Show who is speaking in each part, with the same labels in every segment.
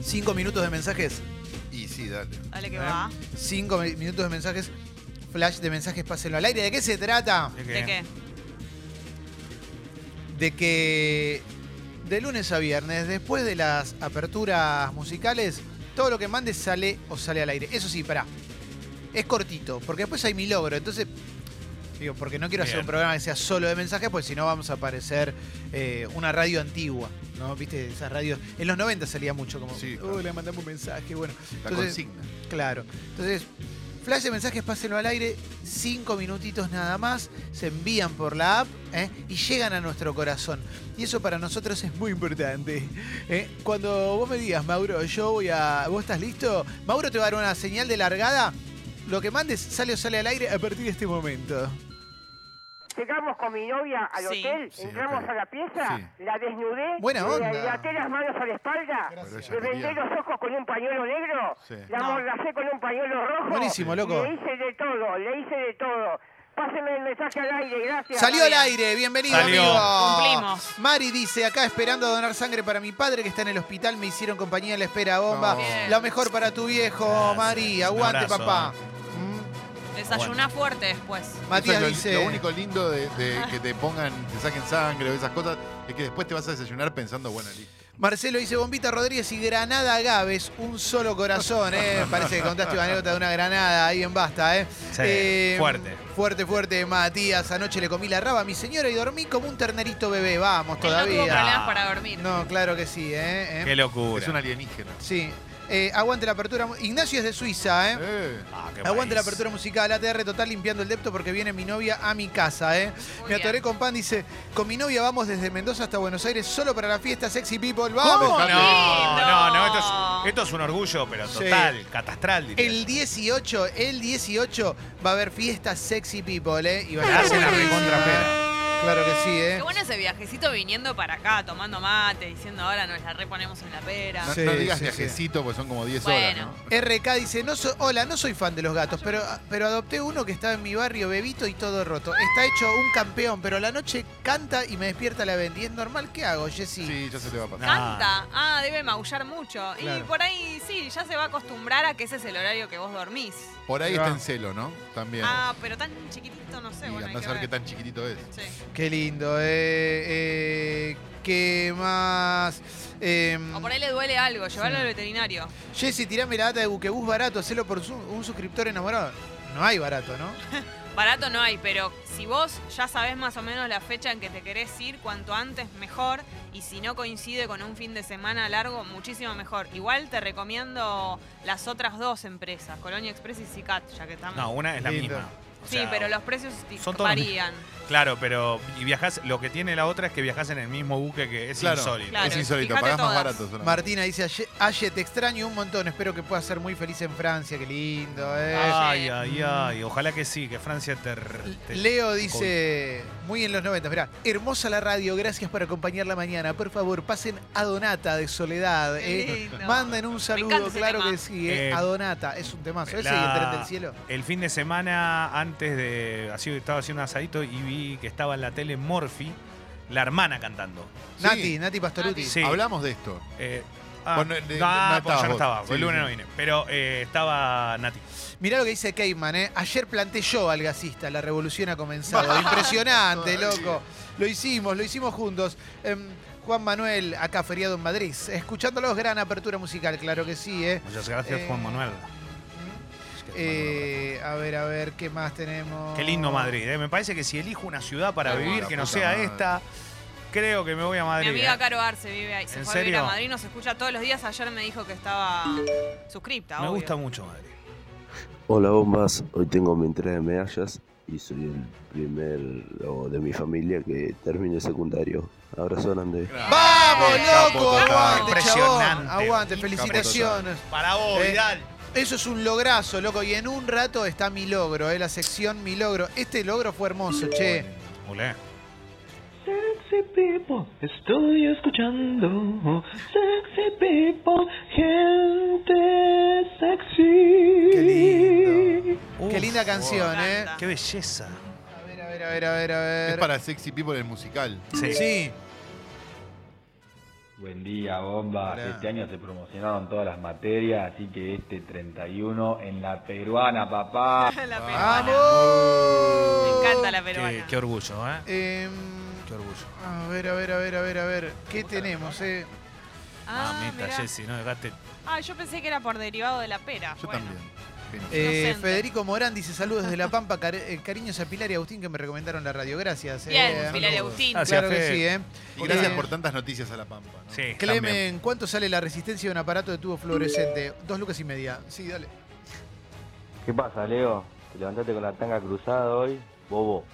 Speaker 1: Cinco minutos de mensajes.
Speaker 2: Y sí, dale.
Speaker 3: Dale que
Speaker 1: ¿Eh?
Speaker 3: va.
Speaker 1: Cinco mi- minutos de mensajes. Flash de mensajes, pásenlo al aire. ¿De qué se trata?
Speaker 3: ¿De qué?
Speaker 1: de que de lunes a viernes, después de las aperturas musicales, todo lo que mandes sale o sale al aire. Eso sí, pará. Es cortito, porque después hay mi logro. Entonces, digo, porque no quiero hacer
Speaker 4: Bien.
Speaker 1: un programa que sea solo de mensajes, pues si no vamos a parecer eh, una radio antigua. ¿No? ¿Viste? Esas radios. En los 90 salía mucho como.
Speaker 2: Sí,
Speaker 1: "Oh,
Speaker 2: claro.
Speaker 1: le mandamos un mensaje. Bueno.
Speaker 2: La
Speaker 1: Entonces,
Speaker 2: consigna.
Speaker 1: Claro. Entonces, flash de mensajes, pásenlo al aire, cinco minutitos nada más, se envían por la app ¿eh? y llegan a nuestro corazón. Y eso para nosotros es muy importante. ¿eh? Cuando vos me digas, Mauro, yo voy a. ¿Vos estás listo? Mauro te va a dar una señal de largada. Lo que mandes sale o sale al aire a partir de este momento.
Speaker 5: Llegamos con mi novia al
Speaker 3: Sí.
Speaker 5: hotel,
Speaker 2: Sí,
Speaker 5: entramos
Speaker 2: ok.
Speaker 5: a la pieza,
Speaker 2: Sí.
Speaker 5: la desnudé,
Speaker 1: Buena
Speaker 5: le-
Speaker 1: onda.
Speaker 5: le até las manos a la espalda,
Speaker 2: Pero ella
Speaker 5: le vendé
Speaker 2: quería.
Speaker 5: los ojos con un pañuelo negro,
Speaker 2: Sí.
Speaker 5: la
Speaker 3: No.
Speaker 5: amordacé con un pañuelo rojo.
Speaker 1: Buenísimo, loco.
Speaker 5: Le hice de todo, le hice de todo. Páseme el mensaje al aire, gracias.
Speaker 1: Salió al
Speaker 3: bien.
Speaker 1: aire, bienvenido
Speaker 4: Salió.
Speaker 1: amigo.
Speaker 3: Cumplimos.
Speaker 1: Mari dice, acá esperando a donar sangre para mi padre que está en el hospital, me hicieron compañía en la espera bomba.
Speaker 2: No.
Speaker 3: Bien.
Speaker 1: Lo mejor para tu viejo,
Speaker 4: Gracias.
Speaker 1: Mari,
Speaker 4: Un
Speaker 1: aguante
Speaker 4: abrazo.
Speaker 1: papá.
Speaker 3: Desayuná fuerte después.
Speaker 1: Matías
Speaker 2: Eso es
Speaker 1: dice,
Speaker 2: lo, lo único lindo de, de que te pongan, te saquen sangre o esas cosas, es que después te vas a desayunar pensando, bueno, listo.
Speaker 1: Marcelo dice, Bombita Rodríguez y Granada Gaves, un solo corazón, ¿eh? Parece que contaste una anécdota de una granada, ahí en basta, ¿eh?
Speaker 4: Sí,
Speaker 1: Eh,
Speaker 4: fuerte.
Speaker 1: Fuerte, fuerte, Matías. Anoche le comí la raba a mi señora y dormí como un ternerito bebé, vamos,
Speaker 3: Él no tuvo
Speaker 1: todavía.
Speaker 3: problemas para dormir.
Speaker 1: No, claro que sí, ¿eh? ¿Eh?
Speaker 4: Qué locura.
Speaker 2: Es un alienígena.
Speaker 1: Sí. Eh, aguante la apertura. mu- Ignacio es de Suiza, ¿eh?
Speaker 2: Eh,
Speaker 4: Ah, qué
Speaker 1: Aguante la
Speaker 4: país.
Speaker 1: apertura musical, ATR total limpiando el depto porque viene mi novia a mi casa, ¿eh?
Speaker 3: Muy
Speaker 1: Me
Speaker 3: bien.
Speaker 1: atoré con pan, dice, con mi novia vamos desde Mendoza hasta Buenos Aires solo para la fiesta Sexy People, vamos.
Speaker 4: No,
Speaker 2: Lindo.
Speaker 4: no, no, esto es, esto es un orgullo, pero
Speaker 1: Sí.
Speaker 4: total, catastral. diría.
Speaker 1: El 18, el 18 va a haber fiesta Sexy People, ¿eh? Y va a
Speaker 4: La
Speaker 1: estar
Speaker 4: hace la
Speaker 1: buenísimo.
Speaker 4: recontra pera.
Speaker 1: Claro que sí,
Speaker 3: Qué
Speaker 1: ¿eh?
Speaker 3: bueno ese viajecito viniendo para acá, tomando mate, diciendo ahora nos la reponemos en la pera.
Speaker 2: no,
Speaker 1: Sí,
Speaker 2: no digas
Speaker 1: sí,
Speaker 2: viajecito, porque son como 10
Speaker 3: Bueno.
Speaker 2: horas, ¿no?
Speaker 1: RK dice, no soy, hola, no soy fan de los gatos, pero, pero adopté uno que estaba en mi barrio, bebito y todo roto. Está hecho un campeón, pero a la noche canta y me despierta la Bendy. ¿Es normal? ¿Qué hago, Jessy?
Speaker 2: Sí, ya se te va a pasar.
Speaker 3: Canta. Ah, debe maullar mucho. Y
Speaker 1: Claro.
Speaker 3: por ahí sí, ya se va a acostumbrar a que ese es el horario que vos dormís.
Speaker 2: Por ahí
Speaker 1: Ahí
Speaker 2: está
Speaker 1: va.
Speaker 2: en celo, ¿no? También.
Speaker 3: Ah, pero tan chiquitito, no sé.
Speaker 2: y
Speaker 3: bueno, hay
Speaker 2: andás
Speaker 3: que
Speaker 2: a ver qué
Speaker 3: ver.
Speaker 2: tan chiquitito es.
Speaker 3: Sí.
Speaker 1: Qué lindo. eh, eh, ¿Qué más? Eh,
Speaker 3: O por ahí le duele algo, llevarlo
Speaker 1: Sí.
Speaker 3: al veterinario.
Speaker 1: Jessy, tirame la data de buquebús barato, hacelo por su- un suscriptor enamorado. No hay barato, ¿no?
Speaker 3: Barato no hay, pero si vos ya sabés más o menos la fecha en que te querés ir, cuanto antes mejor. Y si no coincide con un fin de semana largo, muchísimo mejor. Igual te recomiendo las otras dos empresas, Colonia Express y Cicat, ya que estamos.
Speaker 4: No, una es la
Speaker 1: Lindo.
Speaker 4: misma. O
Speaker 3: sí,
Speaker 4: sea,
Speaker 3: pero los precios
Speaker 4: son todos
Speaker 3: varían.
Speaker 4: Claro, pero y viajás, lo que tiene la otra es que viajás en el mismo buque que es
Speaker 2: Claro.
Speaker 4: insólito.
Speaker 3: Claro,
Speaker 2: es insólito,
Speaker 3: fíjate
Speaker 2: pagás más
Speaker 3: todas.
Speaker 2: barato. solamente.
Speaker 1: Martina dice, "Aye- Aye, te extraño un montón, espero que puedas ser muy feliz en Francia, qué lindo, ¿eh?
Speaker 4: Ay, ay, ay. Ojalá que sí, que Francia te. te-
Speaker 1: Leo dice, muy en los 90, mirá, hermosa la radio, gracias por acompañar la mañana. Por favor, pasen a Donata de Soledad.
Speaker 3: Qué
Speaker 1: ¿eh?
Speaker 3: lindo.
Speaker 1: Manden un
Speaker 3: encanta
Speaker 1: saludo,
Speaker 3: ese
Speaker 1: claro
Speaker 3: tema.
Speaker 1: que sí, ¿eh?
Speaker 4: Eh,
Speaker 1: a Donata, es un temazo. ¿eh? ¿Ese y el
Speaker 4: La-
Speaker 1: tren del cielo?
Speaker 4: El fin de semana antes de. Así estaba haciendo un asadito y vi que estaba en la tele Morphy, la hermana cantando.
Speaker 2: Sí,
Speaker 1: Nati, Nati Pastoruti.
Speaker 4: Sí.
Speaker 2: Hablamos de esto.
Speaker 4: Eh, ah,
Speaker 2: Bueno, de-
Speaker 4: ah,
Speaker 2: no
Speaker 4: pues
Speaker 2: estabas
Speaker 4: ya no
Speaker 2: vos.
Speaker 4: estaba,
Speaker 2: Sí,
Speaker 4: el lunes
Speaker 2: sí.
Speaker 4: no vine. Pero eh, estaba Nati.
Speaker 1: Mirá lo que dice Keyman, ¿eh? Ayer planté yo al gasista, la revolución ha comenzado. Impresionante,
Speaker 2: Todavía.
Speaker 1: loco. Lo hicimos, lo hicimos juntos. Em, Juan Manuel, acá feriado en Madrid. Escuchándolos, gran apertura musical, claro que sí, ¿eh?
Speaker 4: Muchas gracias,
Speaker 1: Eh, ¿Mm?
Speaker 4: Juan Manuel.
Speaker 1: Eh, a ver, a ver, ¿qué más tenemos?
Speaker 4: Qué lindo Madrid. eh. Me parece que si elijo una ciudad para
Speaker 2: Ah,
Speaker 4: vivir
Speaker 2: la
Speaker 4: que no
Speaker 2: puta
Speaker 4: sea
Speaker 2: madre.
Speaker 4: esta, creo que me voy a Madrid.
Speaker 3: Mi amiga
Speaker 4: eh.
Speaker 3: Caro Arce vive ahí. Se
Speaker 4: ¿En
Speaker 3: fue a vivir a
Speaker 4: serio?
Speaker 3: Madrid, nos escucha todos los días. Ayer me dijo que estaba suscripta.
Speaker 4: Me
Speaker 3: obvio.
Speaker 4: gusta mucho Madrid.
Speaker 6: Hola bombas, hoy tengo mi entrega de medallas y soy el primero de mi familia que termine el secundario. Abrazo grande.
Speaker 1: ¡Vamos,
Speaker 2: Capo
Speaker 1: loco!
Speaker 2: total.
Speaker 1: ¡Aguante, chabón!
Speaker 4: Impresionante.
Speaker 1: ¡Aguante!
Speaker 2: Capo
Speaker 1: ¡Felicitaciones!
Speaker 4: Para vos,
Speaker 1: Eh,
Speaker 4: Vidal.
Speaker 1: Eso es un lograzo, loco. Y en un rato está mi logro, ¿eh? La sección mi logro. Este logro fue hermoso, che.
Speaker 4: Olé.
Speaker 7: Sexy people, estoy escuchando. Sexy people, gente sexy.
Speaker 1: Qué lindo. Qué
Speaker 4: Uf,
Speaker 1: linda canción,
Speaker 3: Me
Speaker 1: ¿eh?
Speaker 3: encanta.
Speaker 4: Qué belleza.
Speaker 1: A ver, a ver, a ver, a ver, a ver.
Speaker 2: Es para Sexy People el musical.
Speaker 4: Sí.
Speaker 1: Sí.
Speaker 8: Buen día, bombas.
Speaker 2: Hola.
Speaker 8: Este año se promocionaron todas las materias, así que este 31 en la peruana, papá.
Speaker 3: La peruana. Me
Speaker 1: ¡Vamos!
Speaker 3: encanta la
Speaker 4: Ah, Qué,
Speaker 3: peruana.
Speaker 4: qué orgullo, ¿eh?
Speaker 1: Em,
Speaker 4: Qué orgullo.
Speaker 1: a ver, a ver, a ver, a ver, a ver. ¿Qué tenemos, eh?
Speaker 3: ah,
Speaker 4: Mamita,
Speaker 3: mirá.
Speaker 4: Jessy, no dejaste.
Speaker 3: ah, yo pensé que era por derivado de la pera.
Speaker 2: Yo
Speaker 3: Bueno.
Speaker 2: también. Fino.
Speaker 1: Eh,
Speaker 3: Inocente.
Speaker 1: Federico Morán dice saludos desde La Pampa, cari- eh, cariños a Pilar y Agustín que me recomendaron la radio. Gracias. eh.
Speaker 3: Bien, Pilar y
Speaker 2: saludos.
Speaker 3: Agustín.
Speaker 4: Ah, sí.
Speaker 1: Claro que
Speaker 4: Gracias, Fe.
Speaker 1: sí, ¿eh?
Speaker 2: Y gracias
Speaker 1: Eh,
Speaker 2: por tantas noticias a la Pampa. ¿no?
Speaker 4: Sí,
Speaker 1: Clemen,
Speaker 4: también.
Speaker 1: ¿cuánto sale la resistencia de un aparato de tubo fluorescente? Dos lucas y media. Sí, dale.
Speaker 9: ¿Qué pasa, Leo? Te levantaste con la tanga cruzada hoy, bobo.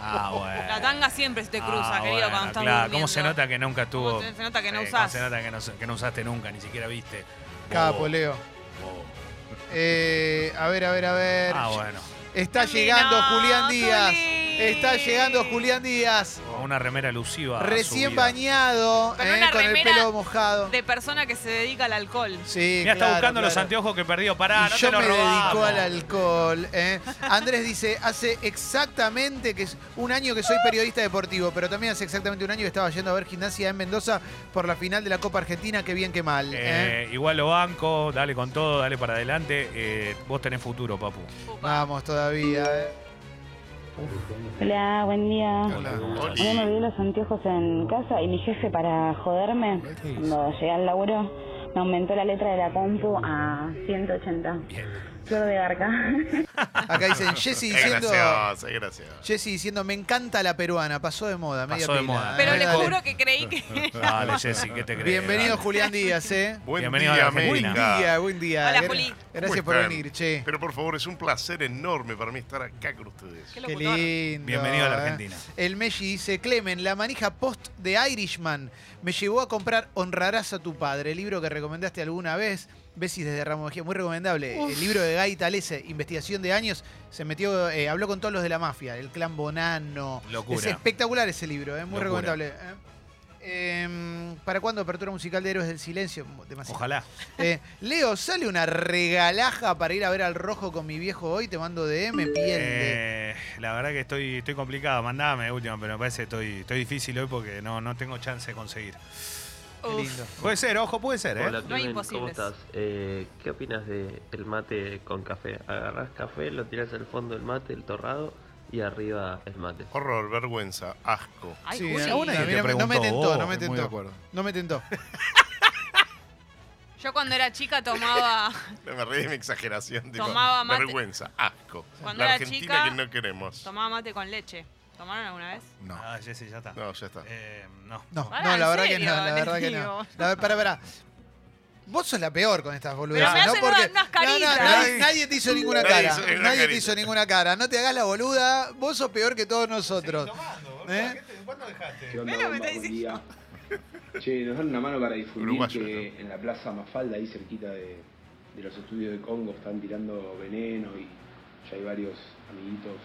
Speaker 4: Ah, bueno.
Speaker 3: La tanga siempre se te cruza,
Speaker 4: Ah,
Speaker 3: querido,
Speaker 4: bueno,
Speaker 3: cuando estás
Speaker 4: claro.
Speaker 3: durmiendo.
Speaker 4: ¿Cómo se nota que nunca tuvo?
Speaker 3: ¿Cómo se- se nota que no
Speaker 4: Sí,
Speaker 3: usás?
Speaker 4: cómo Se nota que no, que no usaste nunca, ni siquiera viste.
Speaker 1: Capo,
Speaker 4: Bobo,
Speaker 1: Leo.
Speaker 4: bobo.
Speaker 1: Eh, a ver, a ver, a ver.
Speaker 4: Ah, bueno.
Speaker 1: Está
Speaker 3: Juli,
Speaker 1: llegando
Speaker 3: no,
Speaker 1: Julián
Speaker 3: Juli.
Speaker 1: Díaz. Está llegando Julián Díaz.
Speaker 4: Una remera elusiva. a su
Speaker 1: Recién
Speaker 4: vida.
Speaker 1: bañado,
Speaker 3: Con
Speaker 1: eh,
Speaker 3: una
Speaker 1: con el
Speaker 3: remera
Speaker 1: pelo mojado.
Speaker 3: De persona que se dedica al alcohol.
Speaker 1: Sí,
Speaker 4: Mirá, está
Speaker 1: claro,
Speaker 4: buscando los
Speaker 1: claro.
Speaker 4: anteojos que perdió. Pará,
Speaker 1: Y
Speaker 4: no
Speaker 1: yo
Speaker 4: te los
Speaker 1: me
Speaker 4: robamos.
Speaker 1: dedico al alcohol. ¿eh? Andrés dice, hace exactamente que es un año que soy periodista deportivo, pero también hace exactamente un año que estaba yendo a ver gimnasia en Mendoza por la final de la Copa Argentina, qué bien, qué mal. ¿eh?
Speaker 4: Eh, Igual lo banco, dale con todo, dale para adelante. Eh, vos tenés futuro, papu.
Speaker 3: Upa.
Speaker 1: Vamos todavía. ¿eh?
Speaker 10: Hola, buen día.
Speaker 2: Hola.
Speaker 10: Yo me olvidé los anteojos en casa y mi jefe para joderme, cuando llegué al laburo, me aumentó la letra de la compu a 180. Flor de garca.
Speaker 1: Acá dicen, Jessy
Speaker 2: Es
Speaker 1: diciendo...
Speaker 2: gracioso, es gracioso.
Speaker 1: Jessy diciendo, me encanta la peruana, pasó de moda, media
Speaker 4: Pasó de
Speaker 1: pila,
Speaker 4: moda.
Speaker 1: ¿eh?
Speaker 3: Pero le
Speaker 1: Dale.
Speaker 3: juro que creí que.
Speaker 4: Dale, Jessy, ¿qué te crees?
Speaker 1: Bienvenido
Speaker 4: Dale.
Speaker 1: Julián Díaz, ¿eh?
Speaker 11: Buen
Speaker 4: Bienvenido a
Speaker 11: día,
Speaker 4: la Argentina.
Speaker 1: Buen
Speaker 11: América.
Speaker 1: día, buen día.
Speaker 3: Hola,
Speaker 1: Gra-
Speaker 3: Juli.
Speaker 1: Gracias
Speaker 11: ¿Cómo
Speaker 1: por
Speaker 11: están?
Speaker 1: venir, che.
Speaker 11: Pero por favor, es un placer enorme para mí estar acá con ustedes.
Speaker 3: Qué
Speaker 1: Qué
Speaker 3: locutor.
Speaker 1: lindo.
Speaker 4: Bienvenido a la
Speaker 1: ¿eh?
Speaker 4: Argentina.
Speaker 1: El Messi dice, Clemen, la manija post de Irishman me llevó a comprar Honrarás a tu padre, el libro que recomendaste alguna vez. Besis desde Ramos Mejía, muy recomendable. El libro de Guy Talese, Investigación de Años, se metió, eh, habló con todos los de la mafia, el clan Bonano.
Speaker 4: Locura.
Speaker 1: Es espectacular ese libro, eh, muy
Speaker 4: Locura.
Speaker 1: recomendable. eh. Em, ¿Para cuándo apertura musical de Héroes del Silencio? Demasiado.
Speaker 4: Ojalá.
Speaker 1: Eh, Leo, sale una regalaja para ir a ver al rojo con mi viejo hoy, te mando DM, piel de-
Speaker 4: Eh, la verdad que estoy, estoy complicado. Mandame de última, pero me parece que estoy, estoy difícil hoy porque no, no tengo chance de conseguir.
Speaker 1: Qué
Speaker 3: Uf.
Speaker 1: lindo.
Speaker 4: Puede ser, ojo, puede ser, ¿eh?
Speaker 9: Hola,
Speaker 3: No hay
Speaker 9: Clemen, ¿cómo
Speaker 3: imposibles.
Speaker 9: estás? Eh, ¿Qué opinas de el mate con café? Agarrás café, lo tirás al fondo del mate, el torrado, y arriba el mate.
Speaker 11: Horror, vergüenza, asco.
Speaker 3: Ay,
Speaker 1: Sí, ah,
Speaker 3: Juli.
Speaker 1: a una
Speaker 4: Sí,
Speaker 1: y no
Speaker 4: te
Speaker 1: me- no me
Speaker 4: preguntó
Speaker 1: tentó,
Speaker 4: vos,
Speaker 1: no me
Speaker 2: Estoy muy de
Speaker 1: tentó.
Speaker 2: acuerdo.
Speaker 1: No me tentó.
Speaker 3: Yo cuando era chica tomaba.
Speaker 11: Me reí de mi exageración. Digo,
Speaker 3: Tomaba mate.
Speaker 11: Vergüenza, asco.
Speaker 3: Cuando
Speaker 11: La
Speaker 3: era
Speaker 11: Argentina
Speaker 3: chica-
Speaker 11: que no queremos.
Speaker 3: Tomaba mate con leche. ¿Tomaron alguna vez?
Speaker 2: No,
Speaker 4: Ah, Jessy, ya está.
Speaker 11: no, ya está.
Speaker 4: Eh, no.
Speaker 1: No,
Speaker 3: Pará,
Speaker 1: no, la
Speaker 3: ¿en
Speaker 1: verdad que
Speaker 3: serio?
Speaker 1: no, la
Speaker 3: Les
Speaker 1: verdad que
Speaker 3: digo.
Speaker 1: no. La, pará, pará. Vos sos la peor con estas boludeces,
Speaker 3: Pero me
Speaker 1: ¿no?
Speaker 3: hacen
Speaker 1: Porque
Speaker 3: unas
Speaker 1: No, no,
Speaker 3: caritas.
Speaker 1: nadie, nadie te hizo ninguna
Speaker 11: Nadie
Speaker 1: cara.
Speaker 11: hizo ninguna
Speaker 1: Nadie te
Speaker 11: carita.
Speaker 1: hizo ninguna cara. No te hagas la boluda. Vos sos peor que todos nosotros. ¿Eh?
Speaker 4: ¿Cuándo dejaste?
Speaker 7: ¿Qué onda,
Speaker 3: Mira, me
Speaker 7: bomba?
Speaker 3: está
Speaker 7: Buen día. Che, nos dan una mano para difundir
Speaker 11: Uruguayo,
Speaker 7: que en la plaza Mafalda, ahí cerquita de, de los estudios de Congo, están tirando veneno y ya hay varios amiguitos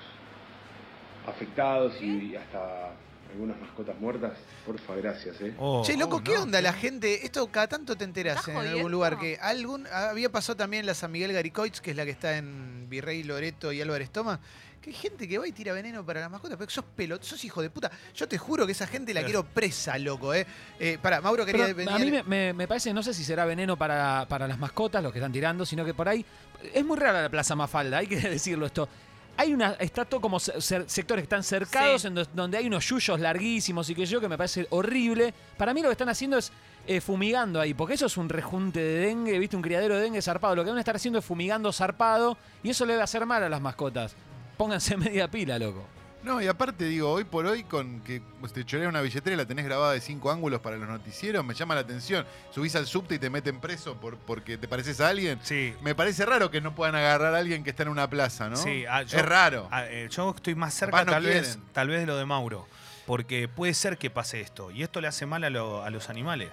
Speaker 7: afectados y hasta algunas mascotas muertas. Porfa, gracias, eh.
Speaker 12: Oh,
Speaker 4: Oh,
Speaker 1: Che, loco, ¿qué onda la gente? Esto cada tanto te enterás
Speaker 3: ¿Estás
Speaker 1: en algún
Speaker 3: jodiendo?
Speaker 1: lugar que algún había pasado también la San Miguel Garicoitz, que es la que está en Virrey Loreto y Álvarez Toma, que hay gente que va y tira veneno para las mascotas, pero sos pelot, sos hijo de puta. Yo te juro que esa gente la
Speaker 4: Sí.
Speaker 1: quiero presa, loco, eh. Eh, pará, Mauro quería
Speaker 12: Pero
Speaker 1: venir.
Speaker 12: a mí me, me- me parece, no sé si será veneno para, para las mascotas, los que están tirando, sino que por ahí. Es muy rara la Plaza Mafalda, hay que decirlo esto. Hay una, está todo como se- se- sectores que están cercados,
Speaker 3: Sí.
Speaker 12: en do- donde hay unos yuyos larguísimos y que yo, que me parece horrible. Para mí lo que están haciendo es eh, fumigando ahí, porque eso es un rejunte de dengue, viste, un criadero de dengue zarpado. Lo que van a estar haciendo es fumigando zarpado y eso le debe hacer mal a las mascotas. Pónganse media pila, loco.
Speaker 2: No, y aparte digo, hoy por hoy con que pues, te choré una billetera y la tenés grabada de cinco ángulos para los noticieros, me llama la atención. Subís al subte y te meten preso por, porque te pareces a alguien.
Speaker 4: Sí,
Speaker 2: Me parece raro que no puedan agarrar a alguien que está en una plaza, ¿no?
Speaker 4: Sí, ah, yo-
Speaker 2: es raro.
Speaker 4: Ah, eh, yo estoy más cerca
Speaker 2: Capaz no
Speaker 4: tal, vez,
Speaker 2: quieren.
Speaker 4: tal vez de lo de Mauro. Porque puede ser que pase esto. Y esto le hace mal a, lo- a los animales.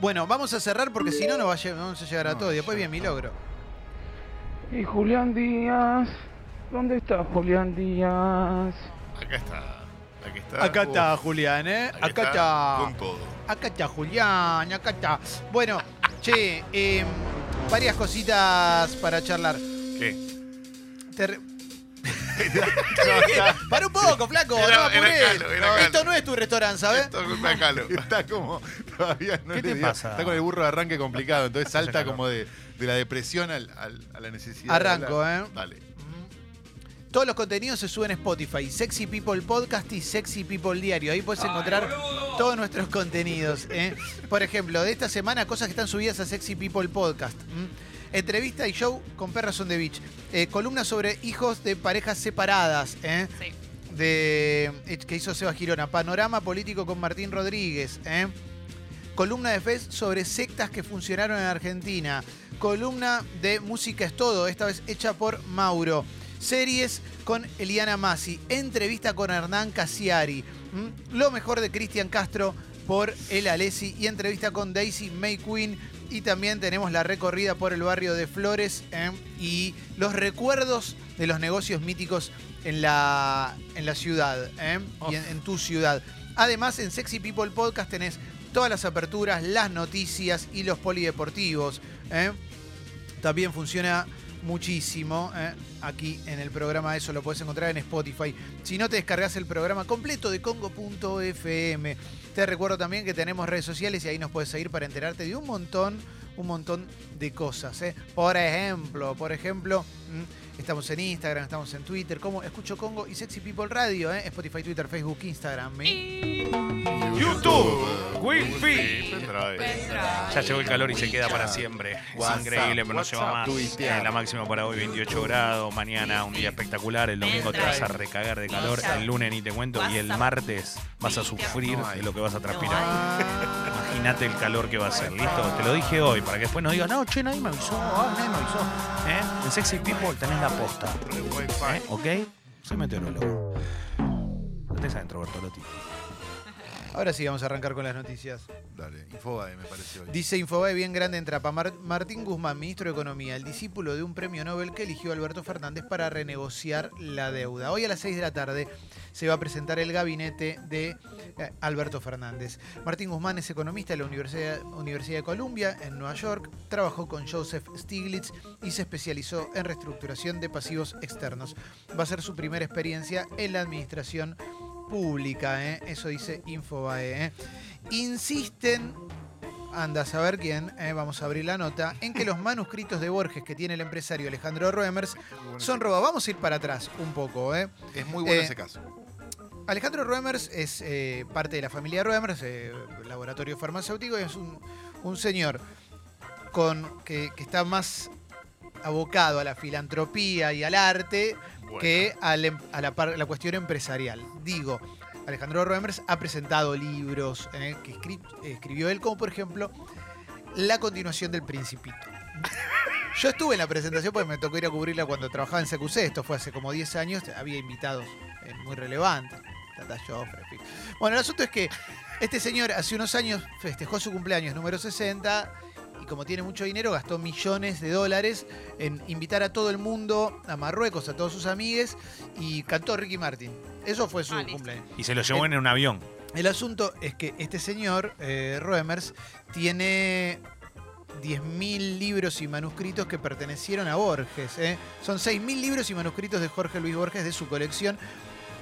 Speaker 1: Bueno, vamos a cerrar porque si no, no va a lle- no vamos a llegar a
Speaker 2: No,
Speaker 1: todo. Y después
Speaker 2: ya
Speaker 1: bien mi
Speaker 2: está.
Speaker 1: logro.
Speaker 7: Y Julián Díaz, ¿dónde está Julián Díaz?
Speaker 11: Acá está. Acá está. Uf,
Speaker 1: Julián, eh.
Speaker 11: acá está Con todo.
Speaker 1: Acá está Julián, acá está. Bueno, che, eh, varias cositas para charlar.
Speaker 11: ¿Qué?
Speaker 1: Te re- Para un poco, flaco,
Speaker 2: Era-
Speaker 1: no
Speaker 2: era
Speaker 1: apurés.
Speaker 2: calo, era
Speaker 1: No,
Speaker 2: calo.
Speaker 1: Esto no es tu restaurante, ¿sabes?
Speaker 2: Está calo. Está como. Todavía no
Speaker 4: ¿Qué
Speaker 2: le
Speaker 4: te
Speaker 2: dio-
Speaker 4: pasa?
Speaker 2: Está con el burro de arranque complicado. Entonces salta como de, de la depresión al- al- a la necesidad. de
Speaker 1: Arranco,
Speaker 2: hablar.
Speaker 1: ¿eh?
Speaker 2: Dale.
Speaker 1: Todos los contenidos se suben a Spotify, Sexy People Podcast y Sexy People Diario. Ahí puedes encontrar todos nuestros contenidos. ¿eh? Por ejemplo, de esta semana, cosas que están subidas a Sexy People Podcast. ¿m? Entrevista y show con Perros on the Beach. Eh, columna sobre hijos de parejas separadas. ¿eh?
Speaker 3: Sí.
Speaker 1: de, eh, que hizo Seba Girona. Panorama político con Martín Rodríguez. ¿eh? Columna de Fez sobre sectas que funcionaron en Argentina. Columna de Música es todo, esta vez hecha por Mauro. Series con Eliana Masi. Entrevista con Hernán Casiari. ¿m? Lo mejor de Cristian Castro por El Alessi. Y entrevista con Daisy May Queen. Y también tenemos la recorrida por el barrio de Flores ¿eh? y los recuerdos de los negocios míticos en la, en la ciudad ¿eh? y en, en tu ciudad. Además, en Sexy People Podcast tenés todas las aperturas, las noticias y los polideportivos. ¿eh? También funciona muchísimo ¿eh? aquí en el programa. Eso lo podés encontrar en Spotify. Si no, te descargas el programa completo de Congo.fm. Te recuerdo también que tenemos redes sociales y ahí nos puedes seguir para enterarte de un montón, un montón de cosas. ¿eh? Por ejemplo, por ejemplo, mm, estamos en Instagram, estamos en Twitter, como Escucho Congo y Sexy People Radio, ¿eh? Spotify, Twitter, Facebook, Instagram. ¿eh?
Speaker 4: YouTube, Wi-Fi.
Speaker 11: Pendrive.
Speaker 4: Ya llegó el calor y se queda para siempre. Es
Speaker 11: WhatsApp,
Speaker 4: increíble, pero no se va
Speaker 11: WhatsApp,
Speaker 4: más.
Speaker 11: tuitear.
Speaker 4: Eh, la máxima para hoy 28 grados. Mañana un día espectacular. El domingo te vas a recagar de calor. El lunes ni te cuento. Y el martes vas a sufrir de lo que vas a transpirar. Imagínate el calor que va a ser. ¿Listo? Te lo dije hoy para que después no digas, no, che, nadie me avisó. ah, nadie me avisó. ¿Eh? En Sexy People tenés la posta. ¿Eh? ¿Ok? Soy meteorólogo. No te adentro, Bertolotti.
Speaker 1: Ahora sí vamos a arrancar con las noticias.
Speaker 2: Dale. Infobae me pareció.
Speaker 1: Dice Infobae bien grande en trapa. Mar- Martín Guzmán, ministro de Economía, el discípulo de un premio Nobel que eligió Alberto Fernández para renegociar la deuda. Hoy a las 6 de la tarde se va a presentar el gabinete de eh, Alberto Fernández. Martín Guzmán es economista de la Universidad, Universidad de Columbia en Nueva York. Trabajó con Joseph Stiglitz y se especializó en reestructuración de pasivos externos. Va a ser su primera experiencia en la administración pública. ¿eh? Eso dice Infobae. ¿eh? Insisten anda a saber quién, eh, vamos a abrir la nota, en que los manuscritos de Borges que tiene el empresario Alejandro Roemers son robados. Vamos a ir para atrás un poco. eh.
Speaker 2: Es muy bueno
Speaker 1: Eh,
Speaker 2: ese caso.
Speaker 1: Alejandro Roemers es eh, parte de la familia Roemers, eh, laboratorio farmacéutico, y es un, un señor con, que, que está más abocado a la filantropía y al arte que al em- a la, par- la cuestión empresarial. Digo, Alejandro Roemers ha presentado libros eh, que escri- eh, escribió él, como por ejemplo La continuación del Principito. Yo estuve en la presentación porque me tocó ir a cubrirla cuando trabajaba en CQC, esto fue hace como 10 años, había invitados eh, muy relevantes. Tata Joffre, en fin. Bueno, el asunto es que este señor hace unos años festejó su cumpleaños número 60 y como tiene mucho dinero gastó millones de dólares en invitar a todo el mundo a Marruecos, a todos sus amigues y cantó Ricky Martin. Eso fue su cumpleaños.
Speaker 4: Y se lo
Speaker 1: Eh,
Speaker 4: llevó en un avión.
Speaker 1: El asunto es que este señor, eh, Roemers, tiene 10.000 libros y manuscritos que pertenecieron a Borges. ¿eh? Son 6.000 libros y manuscritos de Jorge Luis Borges de su colección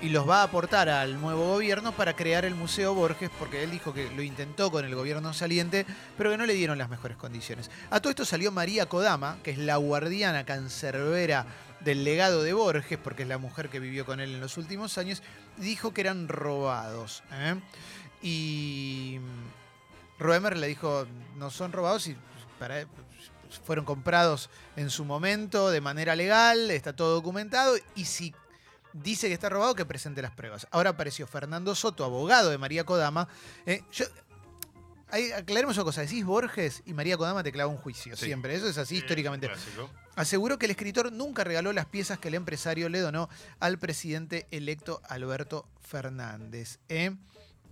Speaker 1: y los va a aportar al nuevo gobierno para crear el Museo Borges, porque él dijo que lo intentó con el gobierno saliente, pero que no le dieron las mejores condiciones. A todo esto salió María Kodama, que es la guardiana cancerbera del legado de Borges, porque es la mujer que vivió con él en los últimos años, y dijo que eran robados. ¿eh? Y Roemer le dijo, no son robados y pues, para- pues, fueron comprados en su momento de manera legal, está todo documentado y si dice que está robado que presente las pruebas. Ahora apareció Fernando Soto, abogado de María Kodama. Eh, yo, ahí aclaremos una cosa, decís Borges y María Kodama te clava un juicio,
Speaker 2: Sí.
Speaker 1: siempre, eso es así históricamente.
Speaker 11: Clásico.
Speaker 1: Aseguró que el escritor nunca regaló las piezas que el empresario le donó al presidente electo Alberto Fernández. ¿eh?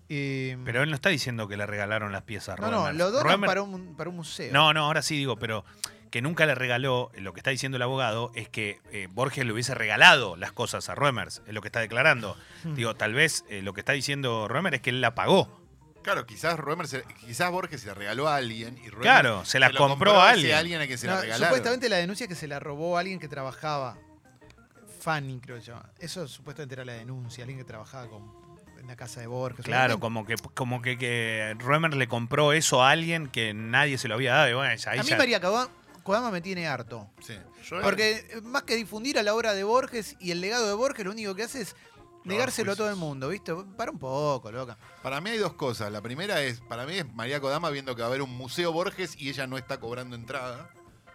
Speaker 1: Eh,
Speaker 4: Pero él no está diciendo que le regalaron las piezas.
Speaker 1: no, no,
Speaker 4: Roemer.
Speaker 1: lo donan
Speaker 4: Roemer-
Speaker 1: para un, para un museo.
Speaker 4: No, no, ahora sí digo, pero que nunca le regaló, lo que está diciendo el abogado es que eh, Borges le hubiese regalado las cosas a Roemers, es lo que está declarando.
Speaker 1: Hmm.
Speaker 4: Digo, tal vez eh, lo que está diciendo Roemer es que él la pagó.
Speaker 2: Claro, quizás Roemer se- quizás Borges se la regaló a alguien. Y Roemer
Speaker 4: Claro, se la
Speaker 2: lo
Speaker 4: compró a
Speaker 2: ese
Speaker 4: alguien.
Speaker 2: a que se la
Speaker 1: No,
Speaker 2: regalaron.
Speaker 1: supuestamente la denuncia es que se la robó a alguien que trabajaba. Fanny, creo que se llama. Eso supuestamente era la denuncia, alguien que trabajaba con, en la casa de Borges.
Speaker 4: Claro, como que, como que, que Roemer le compró eso a alguien que nadie se lo había dado. y bueno, ya- ahí
Speaker 1: a mí
Speaker 4: ya-
Speaker 1: María Kodama- Kodama me tiene harto.
Speaker 2: Sí.
Speaker 1: Porque eh, más que difundir a la obra de Borges y el legado de Borges, lo único que hace es negárselo
Speaker 2: pues
Speaker 1: a todo el mundo, ¿viste? Para un poco, loca.
Speaker 2: Para mí hay dos cosas. La primera es, para mí es María Kodama viendo que va a haber un museo Borges y ella no está cobrando entrada.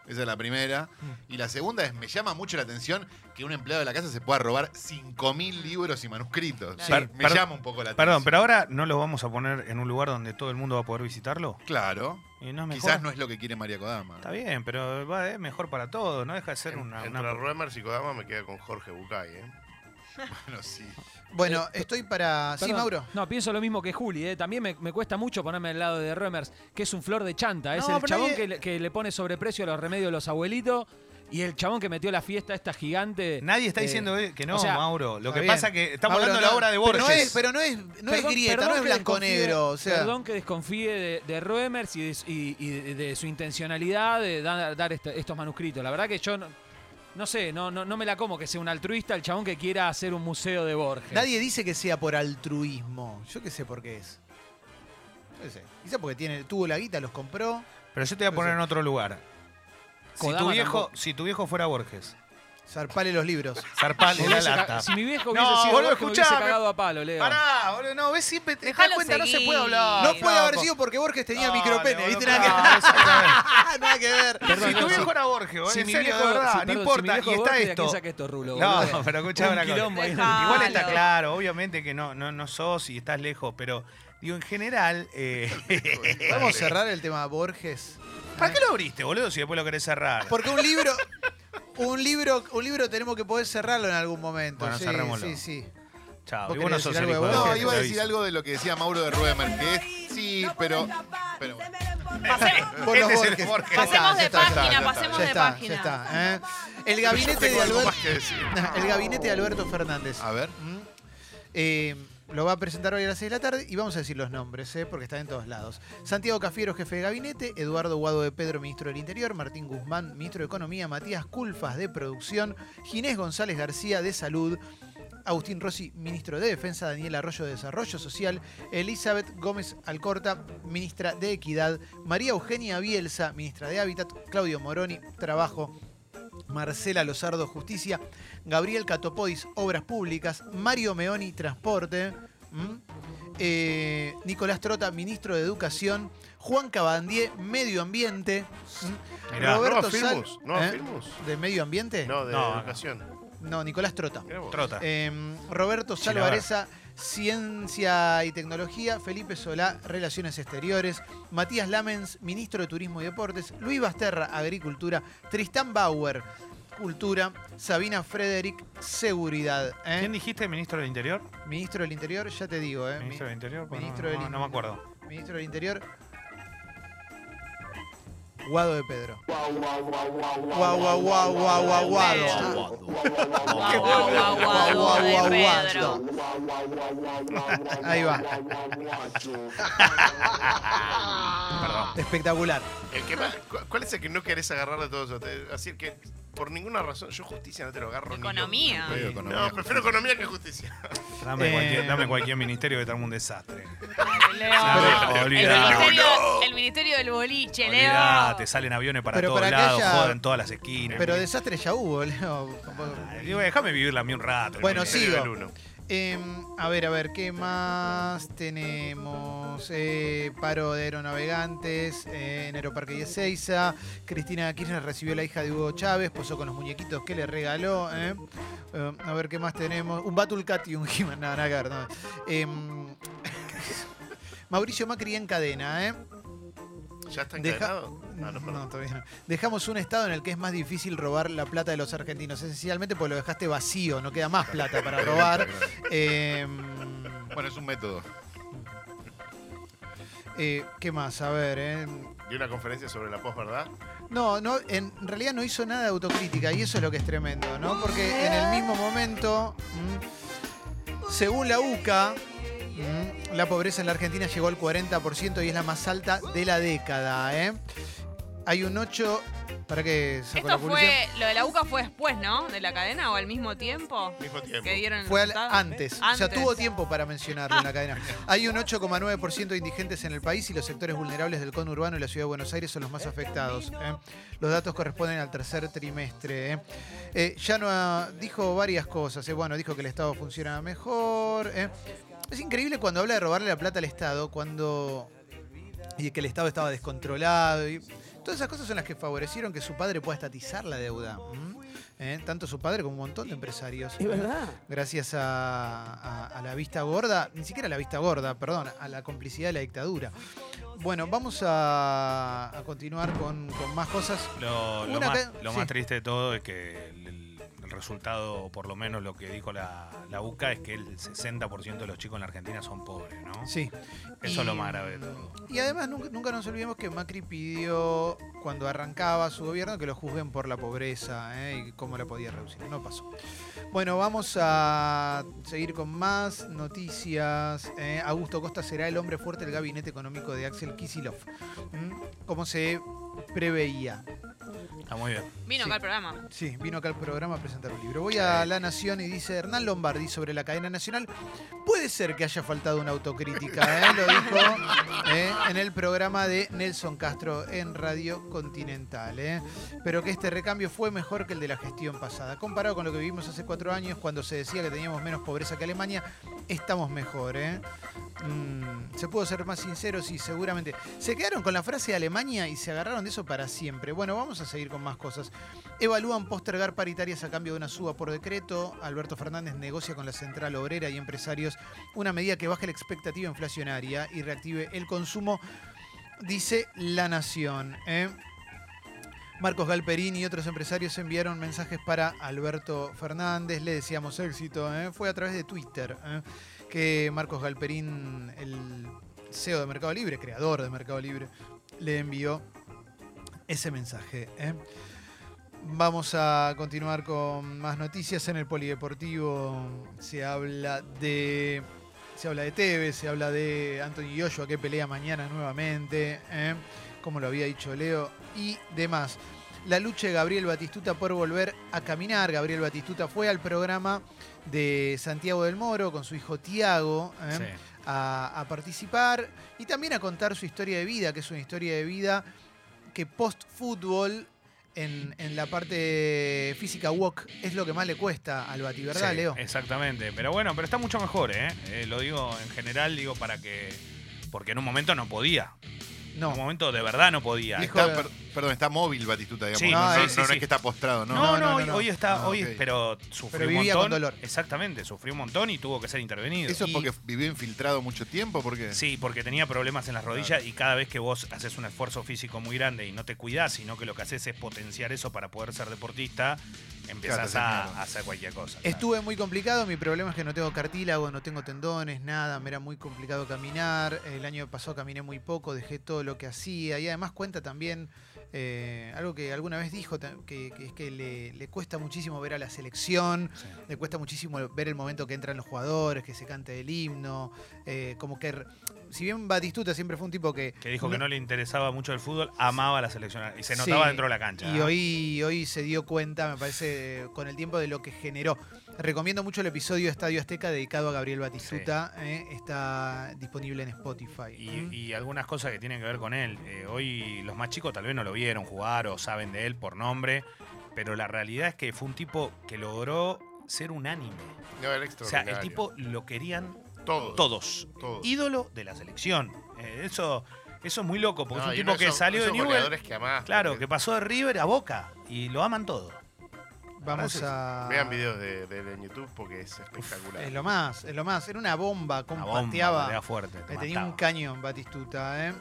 Speaker 2: Esa es la primera.
Speaker 4: Mm.
Speaker 2: Y la segunda es, me llama mucho la atención que un empleado de la casa se pueda robar 5.000 libros y manuscritos.
Speaker 4: Per-
Speaker 2: me
Speaker 4: per-
Speaker 2: llama un poco la atención.
Speaker 4: Perdón, pero ahora no lo vamos a poner en un lugar donde todo el mundo va a poder visitarlo.
Speaker 2: Claro.
Speaker 4: Y no es mejor.
Speaker 2: Quizás no es lo que quiere María Kodama.
Speaker 4: Está bien, pero va, es mejor para todos, no deja de ser una.
Speaker 11: Entre
Speaker 4: una-
Speaker 11: Ruemers y Kodama me queda con Jorge Bucay, ¿eh?
Speaker 2: Bueno, sí.
Speaker 1: Bueno, estoy para. Sí,
Speaker 12: Eh, Perdón.
Speaker 1: Mauro.
Speaker 12: No, pienso lo mismo que Juli, ¿eh? también me, me cuesta mucho ponerme al lado de Remers, que es un flor de chanta. Es
Speaker 1: No,
Speaker 12: el
Speaker 1: pero
Speaker 12: chabón
Speaker 1: nadie-
Speaker 12: que, le, que le pone sobreprecio a los remedios de los abuelitos y el chabón que metió la fiesta esta gigante.
Speaker 4: Nadie está
Speaker 12: eh,
Speaker 4: diciendo eh, que no,
Speaker 12: o sea,
Speaker 4: Mauro. Lo
Speaker 1: Está
Speaker 4: que
Speaker 1: bien.
Speaker 4: pasa que estamos
Speaker 1: Mauro,
Speaker 4: hablando de la
Speaker 1: no,
Speaker 4: obra de
Speaker 1: pero
Speaker 4: Borges.
Speaker 1: no es- pero no es, no es
Speaker 12: Perdón-
Speaker 1: grieta, no es
Speaker 12: perdón que
Speaker 1: blanco
Speaker 12: desconfíe-
Speaker 1: negro. O sea,
Speaker 12: Perdón que desconfíe de, de Roemers y de, su- y- y de- de su intencionalidad de dar, dar este- estos manuscritos. La verdad que yo no, no sé, no, no, no me la como que sea un altruista el chabón que quiera hacer un museo de Borges.
Speaker 1: nadie dice que sea por altruismo. Yo qué sé por qué es. Yo qué sé. Quizá porque tiene, tuvo la guita, los compró.
Speaker 4: Pero yo te voy a poner en otro lugar. Si tu,
Speaker 12: Kodama
Speaker 4: viejo,
Speaker 12: tampoco.
Speaker 4: si tu viejo fuera Borges,
Speaker 1: Zarpale los libros.
Speaker 4: zarpale la
Speaker 12: Hubiese ca-
Speaker 4: lata.
Speaker 12: Si mi viejo
Speaker 4: No,
Speaker 12: hubiese
Speaker 4: boludo,
Speaker 12: sido Borges, me hubiese
Speaker 4: escuchame.
Speaker 12: cagado a palo, Leo.
Speaker 4: Pará, boludo, no, ves siempre te das
Speaker 3: Dejalo
Speaker 4: cuenta, no se
Speaker 3: seguir.
Speaker 4: puede hablar.
Speaker 1: no puede haber
Speaker 4: flaco.
Speaker 1: sido porque Borges tenía
Speaker 4: No,
Speaker 1: micropene,
Speaker 4: no,
Speaker 1: ¿viste?
Speaker 4: no,
Speaker 1: Nada
Speaker 4: no,
Speaker 1: que-
Speaker 4: exactamente.
Speaker 1: Nada que ver.
Speaker 12: Perdón,
Speaker 4: si
Speaker 12: no,
Speaker 4: tu
Speaker 12: si-
Speaker 4: viejo era Borges, boludo,
Speaker 12: si
Speaker 4: en
Speaker 12: mi
Speaker 4: serio,
Speaker 12: viejo-
Speaker 4: de verdad,
Speaker 12: si-
Speaker 4: no
Speaker 12: perdón,
Speaker 4: importa.
Speaker 12: si mi viejo
Speaker 4: y está
Speaker 12: Borges, ¿a
Speaker 4: esto.
Speaker 12: quién saca estos rulos, boludo?
Speaker 4: No, pero escuchame
Speaker 12: Un
Speaker 4: una cosa.
Speaker 12: quilombo ahí.
Speaker 3: Dejá.
Speaker 4: Igual está
Speaker 3: Claro.
Speaker 4: claro, obviamente que no, no, no sos y estás lejos, pero digo, en general. eh,
Speaker 1: Vamos a cerrar el tema Borges.
Speaker 4: ¿Para qué lo abriste, boludo, si después lo querés cerrar?
Speaker 1: Porque un libro, un libro, un libro tenemos que poder cerrarlo en algún momento.
Speaker 4: Bueno,
Speaker 1: sí,
Speaker 4: cerrémoslo.
Speaker 1: sí, sí.
Speaker 4: Chao,
Speaker 1: ¿Vos
Speaker 4: y vos no
Speaker 1: querés
Speaker 4: sos
Speaker 1: decir
Speaker 4: el
Speaker 1: algo
Speaker 4: hijo
Speaker 1: de vos?
Speaker 4: de
Speaker 2: No,
Speaker 4: Borges,
Speaker 2: iba a
Speaker 4: te
Speaker 2: decir
Speaker 4: aviso.
Speaker 2: algo de lo que decía Mauro de Ruemer, que es, sí, pero... pero bueno.
Speaker 3: Pasemos,
Speaker 1: Por los
Speaker 4: Este es el
Speaker 1: Borges.
Speaker 4: Borges.
Speaker 1: Ya está,
Speaker 3: Pasemos de
Speaker 1: ya está, ya
Speaker 3: página,
Speaker 1: está,
Speaker 3: pasemos
Speaker 1: ya
Speaker 3: de
Speaker 1: está,
Speaker 3: página.
Speaker 1: Ya está, ¿eh? El gabinete de
Speaker 11: Tengo algo
Speaker 1: Alberto,
Speaker 11: más que decir.
Speaker 1: el gabinete de Alberto Fernández.
Speaker 2: A ver.
Speaker 1: ¿Mm? Eh, lo va a presentar hoy a las 6 de la tarde y vamos a decir los nombres, ¿eh? porque están en todos lados. Santiago Cafiero, jefe de gabinete, Eduardo Guado de Pedro, ministro del Interior, Martín Guzmán, ministro de Economía, Matías Culfas de Producción, Ginés González García de Salud, Agustín Rossi, ministro de Defensa, Daniel Arroyo de Desarrollo Social, Elizabeth Gómez Alcorta, ministra de Equidad, María Eugenia Bielsa, ministra de Hábitat, Claudio Moroni, Trabajo, Marcela Lozardo, Justicia, Gabriel Catopodis, Obras Públicas, Mario Meoni, Transporte, ¿m? Eh, Nicolás Trota, ministro de Educación, Juan Cabandier, Medio Ambiente, ¿m?
Speaker 4: Mirá,
Speaker 11: no,
Speaker 1: Roberto Sal-
Speaker 11: Firmus. No,
Speaker 1: ¿Eh?
Speaker 11: Firmus.
Speaker 1: ¿De Medio Ambiente?
Speaker 11: No, de
Speaker 4: No, no.
Speaker 11: educación.
Speaker 1: No, Nicolás Trota.
Speaker 11: Mirá vos.
Speaker 4: Trota.
Speaker 1: Eh, Roberto Salvareza, Ciencia y Tecnología, Felipe Solá, Relaciones Exteriores, Matías Lamens, Ministro de Turismo y Deportes, Luis Basterra, Agricultura, Tristán Bauer, Cultura, Sabina Frederick, Seguridad. ¿eh?
Speaker 4: ¿Quién dijiste, ministro del Interior?
Speaker 1: Ministro del Interior, ya te digo, ¿eh?
Speaker 4: ¿Ministro del Interior? Pues
Speaker 1: Ministro
Speaker 4: no,
Speaker 1: del
Speaker 4: no, no me acuerdo.
Speaker 1: Mi- Ministro del Interior. Guado de Pedro. Guau, guau, guau, guau, guau, guado.
Speaker 3: Guau, guau, guau, guau, guau, de Pedro.
Speaker 1: Ahí va.
Speaker 4: Perdón.
Speaker 1: Espectacular.
Speaker 11: El que más- cu- ¿Cuál es el que no querés agarrar de todos? Te- Así que por ninguna razón, yo justicia no te lo agarro. ni
Speaker 3: Economía.
Speaker 2: Medio
Speaker 11: loco.
Speaker 2: economía.
Speaker 11: No, prefiero economía que justicia.
Speaker 4: Dame,
Speaker 1: Eh,
Speaker 4: cualquier, dame cualquier ministerio que estamos un desastre.
Speaker 3: Leo. El
Speaker 4: Olvidate.
Speaker 3: ministerio, el ministerio del boliche, Leo.
Speaker 4: Olvidate, salen aviones para
Speaker 1: Pero
Speaker 4: todos
Speaker 1: para que
Speaker 4: lados,
Speaker 1: haya-
Speaker 4: jodan todas las esquinas.
Speaker 1: Pero desastre ya hubo, Leo.
Speaker 4: Ay, digo, Déjame vivirla a mí un rato.
Speaker 1: Bueno,
Speaker 4: no me-
Speaker 1: sí.
Speaker 11: Nivel uno.
Speaker 1: Em, a ver, a ver, ¿qué más tenemos? Eh, paro de aeronavegantes eh, en Aeroparque y Ezeiza. Cristina Kirchner recibió a la hija de Hugo Chávez, posó con los muñequitos que le regaló. eh. Eh, a ver, ¿qué más tenemos? Un Batulcat y un He-Man. No, nada que ver, no. Em, Mauricio Macri en cadena, ¿eh?
Speaker 11: ¿Ya está
Speaker 1: Deja- Mm,
Speaker 11: encadenado? Ah, no, perdón.
Speaker 1: No, todavía no. Dejamos un estado en el que es más difícil robar la plata de los argentinos, esencialmente porque lo dejaste vacío, no queda más plata para robar. Eh,
Speaker 2: Bueno, es un método.
Speaker 1: eh, ¿Qué más? A ver, eh.
Speaker 11: Dio una conferencia sobre la posverdad.
Speaker 1: No, no, en realidad no hizo nada de autocrítica y eso es lo que es tremendo, ¿no? Porque en el mismo momento, mm, según la UCA, mm, la pobreza en la Argentina llegó al 40% y es la más alta de la década, ¿eh? Hay un 8. ¿Para qué sacó la
Speaker 3: Esto
Speaker 1: publicidad?
Speaker 3: fue, lo de la UCA fue después, ¿no? De la cadena o al mismo tiempo.
Speaker 11: Mismo tiempo.
Speaker 3: Que dieron el
Speaker 1: Fue al-
Speaker 3: resultado.
Speaker 1: antes. O sea, tuvo tiempo para mencionarlo en la cadena. Hay un 8,9% de indigentes en el país y los sectores vulnerables del conurbano y la ciudad de Buenos Aires son los más afectados. ¿eh? Los datos corresponden al tercer trimestre. ¿eh? Eh, ya no ha- dijo varias cosas. ¿eh? Bueno, dijo que el Estado funciona mejor. ¿eh? Es increíble cuando habla de robarle la plata al Estado, cuando. y que el Estado estaba descontrolado. y- Todas esas cosas son las que favorecieron que su padre pueda estatizar la deuda. ¿m? ¿Eh? Tanto su padre como un montón de empresarios.
Speaker 13: Es verdad.
Speaker 1: Gracias a, a- a la vista gorda, ni siquiera a la vista gorda, perdón, a la complicidad de la dictadura. Bueno, vamos a, a continuar con, con más cosas.
Speaker 4: Lo, lo
Speaker 1: Una
Speaker 4: más,
Speaker 1: ca-
Speaker 4: lo
Speaker 1: sí.
Speaker 4: más triste de todo es que el, el- el resultado, o por lo menos lo que dijo la, la UCA, es que el 60% de los chicos en la Argentina son pobres, ¿no?
Speaker 1: Sí.
Speaker 4: Eso es lo más grave de todo.
Speaker 1: Y además nunca, nunca nos olvidemos que Macri pidió, cuando arrancaba su gobierno, que lo juzguen por la pobreza ¿eh? y cómo la podía reducir. No pasó. Bueno, vamos a seguir con más noticias. ¿eh? Augusto Costa será el hombre fuerte del gabinete económico de Axel Kisilov. Como se preveía.
Speaker 4: Está muy bien.
Speaker 1: ¿Eh?
Speaker 3: Vino acá al programa.
Speaker 1: Sí, vino acá al programa a presentar un libro. Voy a La Nación y dice Hernán Lombardi sobre la cadena nacional. Puede ser que haya faltado una autocrítica, ¿eh? lo dijo ¿eh? en el programa de Nelson Castro en Radio Continental. ¿eh? Pero que este recambio fue mejor que el de la gestión pasada. Comparado con lo que vivimos hace cuatro años, cuando se decía que teníamos menos pobreza que Alemania, estamos mejor. ¿eh? Mm, se pudo ser más sinceros y seguramente. Se quedaron con la frase de Alemania y se agarraron de eso para siempre. Bueno, vamos a seguir con más cosas. Evalúan postergar paritarias a cambio de una suba por decreto. Alberto Fernández negocia con la central obrera y empresarios una medida que baje la expectativa inflacionaria y reactive el consumo, dice La Nación. ¿eh? Marcos Galperín y otros empresarios enviaron mensajes para Alberto Fernández. Le decíamos éxito. ¿eh? Fue a través de Twitter ¿eh? que Marcos Galperín, el CEO de Mercado Libre, creador de Mercado Libre, le envió ese mensaje. ¿eh? Vamos a continuar con más noticias. En el Polideportivo se habla de. Se habla de Tevez, se habla de Anthony Joshua que pelea mañana nuevamente, ¿eh? como lo había dicho Leo, y demás. La lucha de Gabriel Batistuta por volver a caminar. Gabriel Batistuta fue al programa de Santiago del Moro con su hijo Tiago ¿eh?
Speaker 4: Sí.
Speaker 1: a- a participar y también a contar su historia de vida, que es una historia de vida que post fútbol en, en la parte física walk es lo que más le cuesta al Bati, ¿verdad,
Speaker 4: Sí,
Speaker 1: Leo?
Speaker 4: Exactamente. Pero bueno, pero está mucho mejor, ¿eh? Eh, Lo digo en general, digo para que. Porque en un momento no podía.
Speaker 1: No.
Speaker 4: En un momento de verdad no podía.
Speaker 2: Está, per- perdón, está móvil Batistuta, digamos.
Speaker 4: Sí,
Speaker 2: no,
Speaker 4: sí,
Speaker 2: no-
Speaker 4: sí,
Speaker 2: no
Speaker 4: sí.
Speaker 2: es que está postrado, ¿no?
Speaker 4: No, no, hoy,
Speaker 2: no.
Speaker 4: hoy está,
Speaker 2: Ah,
Speaker 4: hoy,
Speaker 2: ok.
Speaker 4: pero sufrió
Speaker 1: Pero
Speaker 4: un
Speaker 1: vivía
Speaker 4: montón.
Speaker 1: con dolor.
Speaker 4: Exactamente, sufrió un montón y tuvo que ser intervenido.
Speaker 2: ¿Eso
Speaker 4: Y-
Speaker 2: porque vivió infiltrado mucho tiempo? porque
Speaker 4: Sí, porque tenía problemas en las rodillas
Speaker 2: Claro.
Speaker 4: y cada vez que vos haces un esfuerzo físico muy grande y no te cuidás, sino que lo que haces es potenciar eso para poder ser deportista, empezás
Speaker 2: Claro,
Speaker 4: a,
Speaker 2: señor.
Speaker 4: a hacer cualquier cosa. claro.
Speaker 1: Estuve muy complicado, mi problema es que no tengo cartílago, no tengo tendones, nada, me era muy complicado caminar, el año pasado caminé muy poco, dejé todo lo que hacía y además cuenta también eh, algo que alguna vez dijo, ta- que, que es que le, le cuesta muchísimo ver a la selección, le cuesta muchísimo ver el momento que entran los jugadores, que se cante el himno, eh, como que... r- Si bien Batistuta siempre fue un tipo que...
Speaker 4: Que dijo que no le interesaba mucho el fútbol, amaba la selección y se notaba
Speaker 1: Sí,
Speaker 4: dentro de la cancha.
Speaker 1: Y
Speaker 4: ¿eh?
Speaker 1: hoy, hoy se dio cuenta, me parece, con el tiempo de lo que generó. Recomiendo mucho el episodio Estadio Azteca dedicado a Gabriel Batistuta. eh, está disponible en Spotify. ¿Mm?
Speaker 4: Y, y algunas cosas que tienen que ver con él. Eh, hoy los más chicos tal vez no lo vieron jugar o saben de él por nombre, pero la realidad es que fue un tipo que logró ser unánime.
Speaker 11: No, era
Speaker 4: O sea,
Speaker 11: extraordinario.
Speaker 4: el tipo lo querían
Speaker 11: Todos.
Speaker 4: todos.
Speaker 11: Todos.
Speaker 4: Ídolo de la selección. Eh, eso, eso es muy loco, porque
Speaker 11: No,
Speaker 4: es
Speaker 11: y
Speaker 4: un tipo
Speaker 11: uno de
Speaker 4: que
Speaker 11: esos-
Speaker 4: salió de
Speaker 11: esos
Speaker 4: Newell.
Speaker 11: goleadores que amás,
Speaker 4: claro, que pasó de River a Boca y lo aman todos.
Speaker 1: Vamos
Speaker 11: Gracias.
Speaker 2: Ah.
Speaker 1: a.
Speaker 11: Vean videos de, de- de YouTube porque es espectacular.
Speaker 1: Es lo más, es lo más. Era una bomba,
Speaker 4: Una
Speaker 1: como
Speaker 4: bomba,
Speaker 1: pateaba.
Speaker 4: golea fuerte, te
Speaker 1: Eh, tenía
Speaker 4: mataba.
Speaker 1: un cañón Batistuta, ¿eh?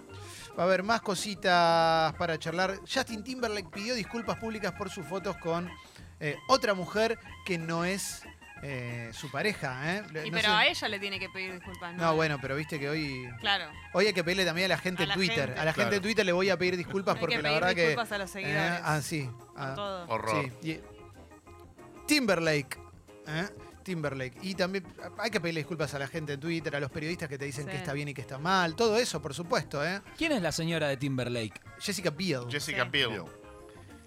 Speaker 1: Va a haber más cositas para charlar. Justin Timberlake pidió disculpas públicas por sus fotos con eh, otra mujer que no es eh, su pareja, ¿eh?
Speaker 3: Y
Speaker 1: No
Speaker 3: pero
Speaker 1: sé-
Speaker 3: a ella le tiene que pedir disculpas.
Speaker 1: No, bueno, pero viste que hoy.
Speaker 3: Claro.
Speaker 1: Hoy hay que pedirle también a la gente
Speaker 3: A
Speaker 1: en
Speaker 3: la
Speaker 1: Twitter.
Speaker 3: gente.
Speaker 1: A la gente
Speaker 11: Claro.
Speaker 1: de Twitter le voy a pedir disculpas
Speaker 3: Hay que
Speaker 1: porque la
Speaker 3: pedir
Speaker 1: verdad que. eh,
Speaker 3: disculpas a los seguidores.
Speaker 1: ah, sí.
Speaker 2: Oh,
Speaker 3: A
Speaker 1: Ah,
Speaker 3: todos.
Speaker 11: Horror.
Speaker 1: sí. Y- Timberlake. ¿eh? Timberlake. Y también ah, hay que pedirle disculpas a la gente en Twitter, a los periodistas que te dicen
Speaker 3: Sí.
Speaker 1: que está bien y que está mal. Todo eso, por supuesto, ¿eh?
Speaker 12: ¿Quién es la señora de Timberlake?
Speaker 1: Jessica Biel.
Speaker 11: Jessica
Speaker 3: Sí.
Speaker 11: Biel.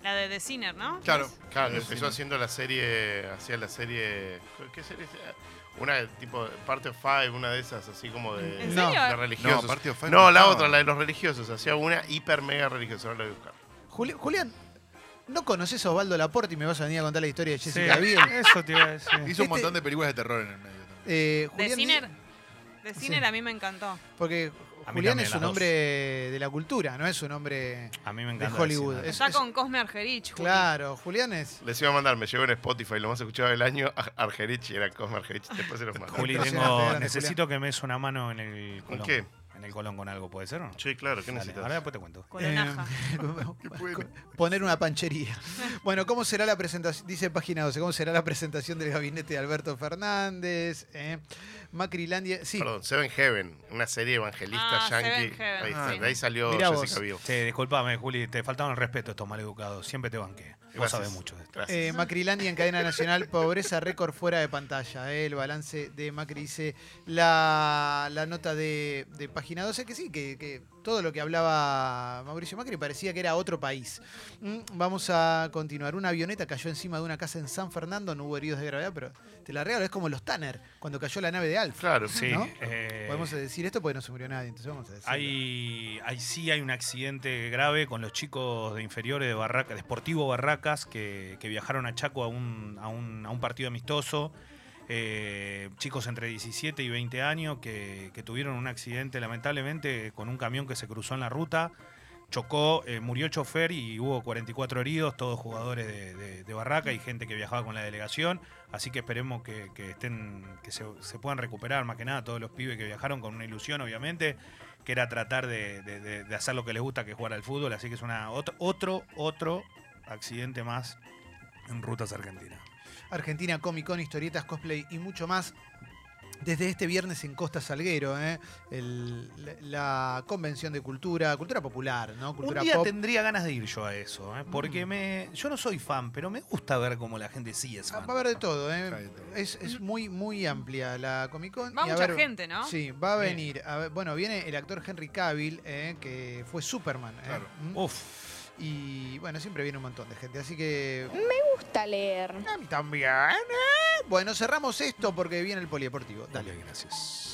Speaker 3: La de The Sinner, ¿no?
Speaker 11: Claro, claro,
Speaker 2: Sí,
Speaker 11: empezó
Speaker 2: sí.
Speaker 11: haciendo la serie, hacía la serie, ¿qué serie? era? Una de tipo Parte of Five, una de esas, así como de,
Speaker 3: ¿En No. serio?
Speaker 11: de religiosos.
Speaker 2: No, Party of Five
Speaker 11: No,
Speaker 2: no
Speaker 11: la
Speaker 2: estaba.
Speaker 11: otra, la de los religiosos, hacía una hiper mega religiosa, ahora la voy a buscar.
Speaker 1: Juli- Julián, ¿no conoces a Osvaldo Laporte y me vas a venir a contar la historia de
Speaker 13: Sí,
Speaker 1: Jessica Biel?
Speaker 13: eso te iba a decir.
Speaker 2: Hizo
Speaker 11: Este-
Speaker 2: un montón de películas de terror en el medio.
Speaker 1: Eh,
Speaker 3: The
Speaker 1: Julián,
Speaker 3: Sinner. The
Speaker 1: Sí.
Speaker 3: Sinner a mí me encantó.
Speaker 1: porque
Speaker 4: A mí
Speaker 1: Julián
Speaker 4: también,
Speaker 1: es un
Speaker 4: las
Speaker 1: hombre de la cultura, no es un hombre
Speaker 4: A mí me
Speaker 1: de
Speaker 4: encanta.
Speaker 1: Hollywood.
Speaker 4: decirlo.
Speaker 1: Es-
Speaker 3: Está
Speaker 1: es-
Speaker 3: con Cosme Argerich. Juli.
Speaker 1: claro, Julián es...
Speaker 11: Les iba a mandar, me llegó en Spotify, lo más escuchado del año, Ar- Argerich, y era Cosme Argerich, después se los mandé.
Speaker 4: Juli,
Speaker 1: Impresionante,
Speaker 4: tengo,
Speaker 1: grande,
Speaker 4: necesito que me des una mano en el
Speaker 11: ¿Con
Speaker 4: colón.
Speaker 11: qué?
Speaker 4: En el colón con algo, ¿puede ser o no?
Speaker 11: Sí, claro, ¿qué
Speaker 4: Dale,
Speaker 11: necesitas?
Speaker 4: Ahora después te cuento.
Speaker 1: Eh,
Speaker 3: Colonaja.
Speaker 1: Em, Co- Poner una panchería. Bueno, ¿cómo será la presentación? Dice página 12, ¿cómo será la presentación del gabinete de Alberto Fernández? Eh, Macrilandia. Sí,
Speaker 11: Perdón, Seven Heaven, una serie evangelista
Speaker 3: Ah,
Speaker 11: yankee.
Speaker 3: Seven Heaven,
Speaker 11: ahí, está,
Speaker 3: sí.
Speaker 11: de ahí salió
Speaker 1: Mirá vos.
Speaker 11: Jessica Biel.
Speaker 4: Che, disculpame, Juli, te faltaron el respeto estos maleducados. Siempre te banqué. Vos
Speaker 11: Gracias.
Speaker 4: sabés mucho de esto.
Speaker 11: Gracias.
Speaker 1: eh, Macrilandia en cadena nacional, pobreza récord fuera de pantalla. eh, el balance de Macri dice la, la nota de, de página 12, que sí, que, que todo lo que hablaba Mauricio Macri parecía que era otro país. Mm, vamos a continuar. Una avioneta cayó encima de una casa en San Fernando, no hubo heridos de gravedad, pero te la regalo, es como los Tanner, cuando cayó la nave de Alf.
Speaker 11: Claro,
Speaker 4: Sí,
Speaker 1: ¿No?
Speaker 4: eh,
Speaker 1: Podemos decir esto porque no se murió nadie, entonces vamos a decir.
Speaker 4: Hay, hay- sí hay un accidente grave con los chicos de inferiores de Barraca, de Sportivo Barracas, que, que viajaron a Chaco a un, a un, a un partido amistoso. Eh, chicos entre 17 y 20 años que, que tuvieron un accidente lamentablemente con un camión que se cruzó en la ruta. Chocó, eh, murió el chofer y hubo 44 heridos, todos jugadores de, de- de Barraca y gente que viajaba con la delegación. Así que esperemos que, que estén, que se, se puedan recuperar más que nada todos los pibes que viajaron con una ilusión, obviamente que era tratar de, de- de- de hacer lo que les gusta, que es jugar al fútbol. Así que es una otro, otro, otro accidente más en rutas argentinas.
Speaker 1: Argentina, Comic Con, historietas, cosplay y mucho más. Desde este viernes en Costa Salguero, ¿eh? El- la, la convención de cultura, cultura popular, ¿no? Cultura
Speaker 4: Un día
Speaker 1: pop. Mm.
Speaker 4: tendría ganas de ir yo a eso, ¿eh? porque me, yo no soy fan, pero me gusta ver cómo la gente sí es
Speaker 1: Ah,
Speaker 4: fan.
Speaker 1: Va a haber de todo, ¿eh?
Speaker 2: Hay de todo.
Speaker 1: Es, es muy, muy amplia la Comic Con.
Speaker 3: Va
Speaker 1: y a
Speaker 3: mucha
Speaker 1: ver-
Speaker 3: gente, ¿no?
Speaker 1: Sí, va a
Speaker 4: Sí.
Speaker 1: venir. a ver- bueno, viene el actor Henry Cavill, ¿eh? que fue Superman. ¿eh?
Speaker 2: Claro.
Speaker 1: Mm.
Speaker 4: Uf,
Speaker 1: Y bueno, siempre viene un montón de gente, así que.
Speaker 10: gusta leer.
Speaker 1: A mí también. ¿eh? Bueno, cerramos esto porque viene el polideportivo. Dale.
Speaker 4: dale, gracias.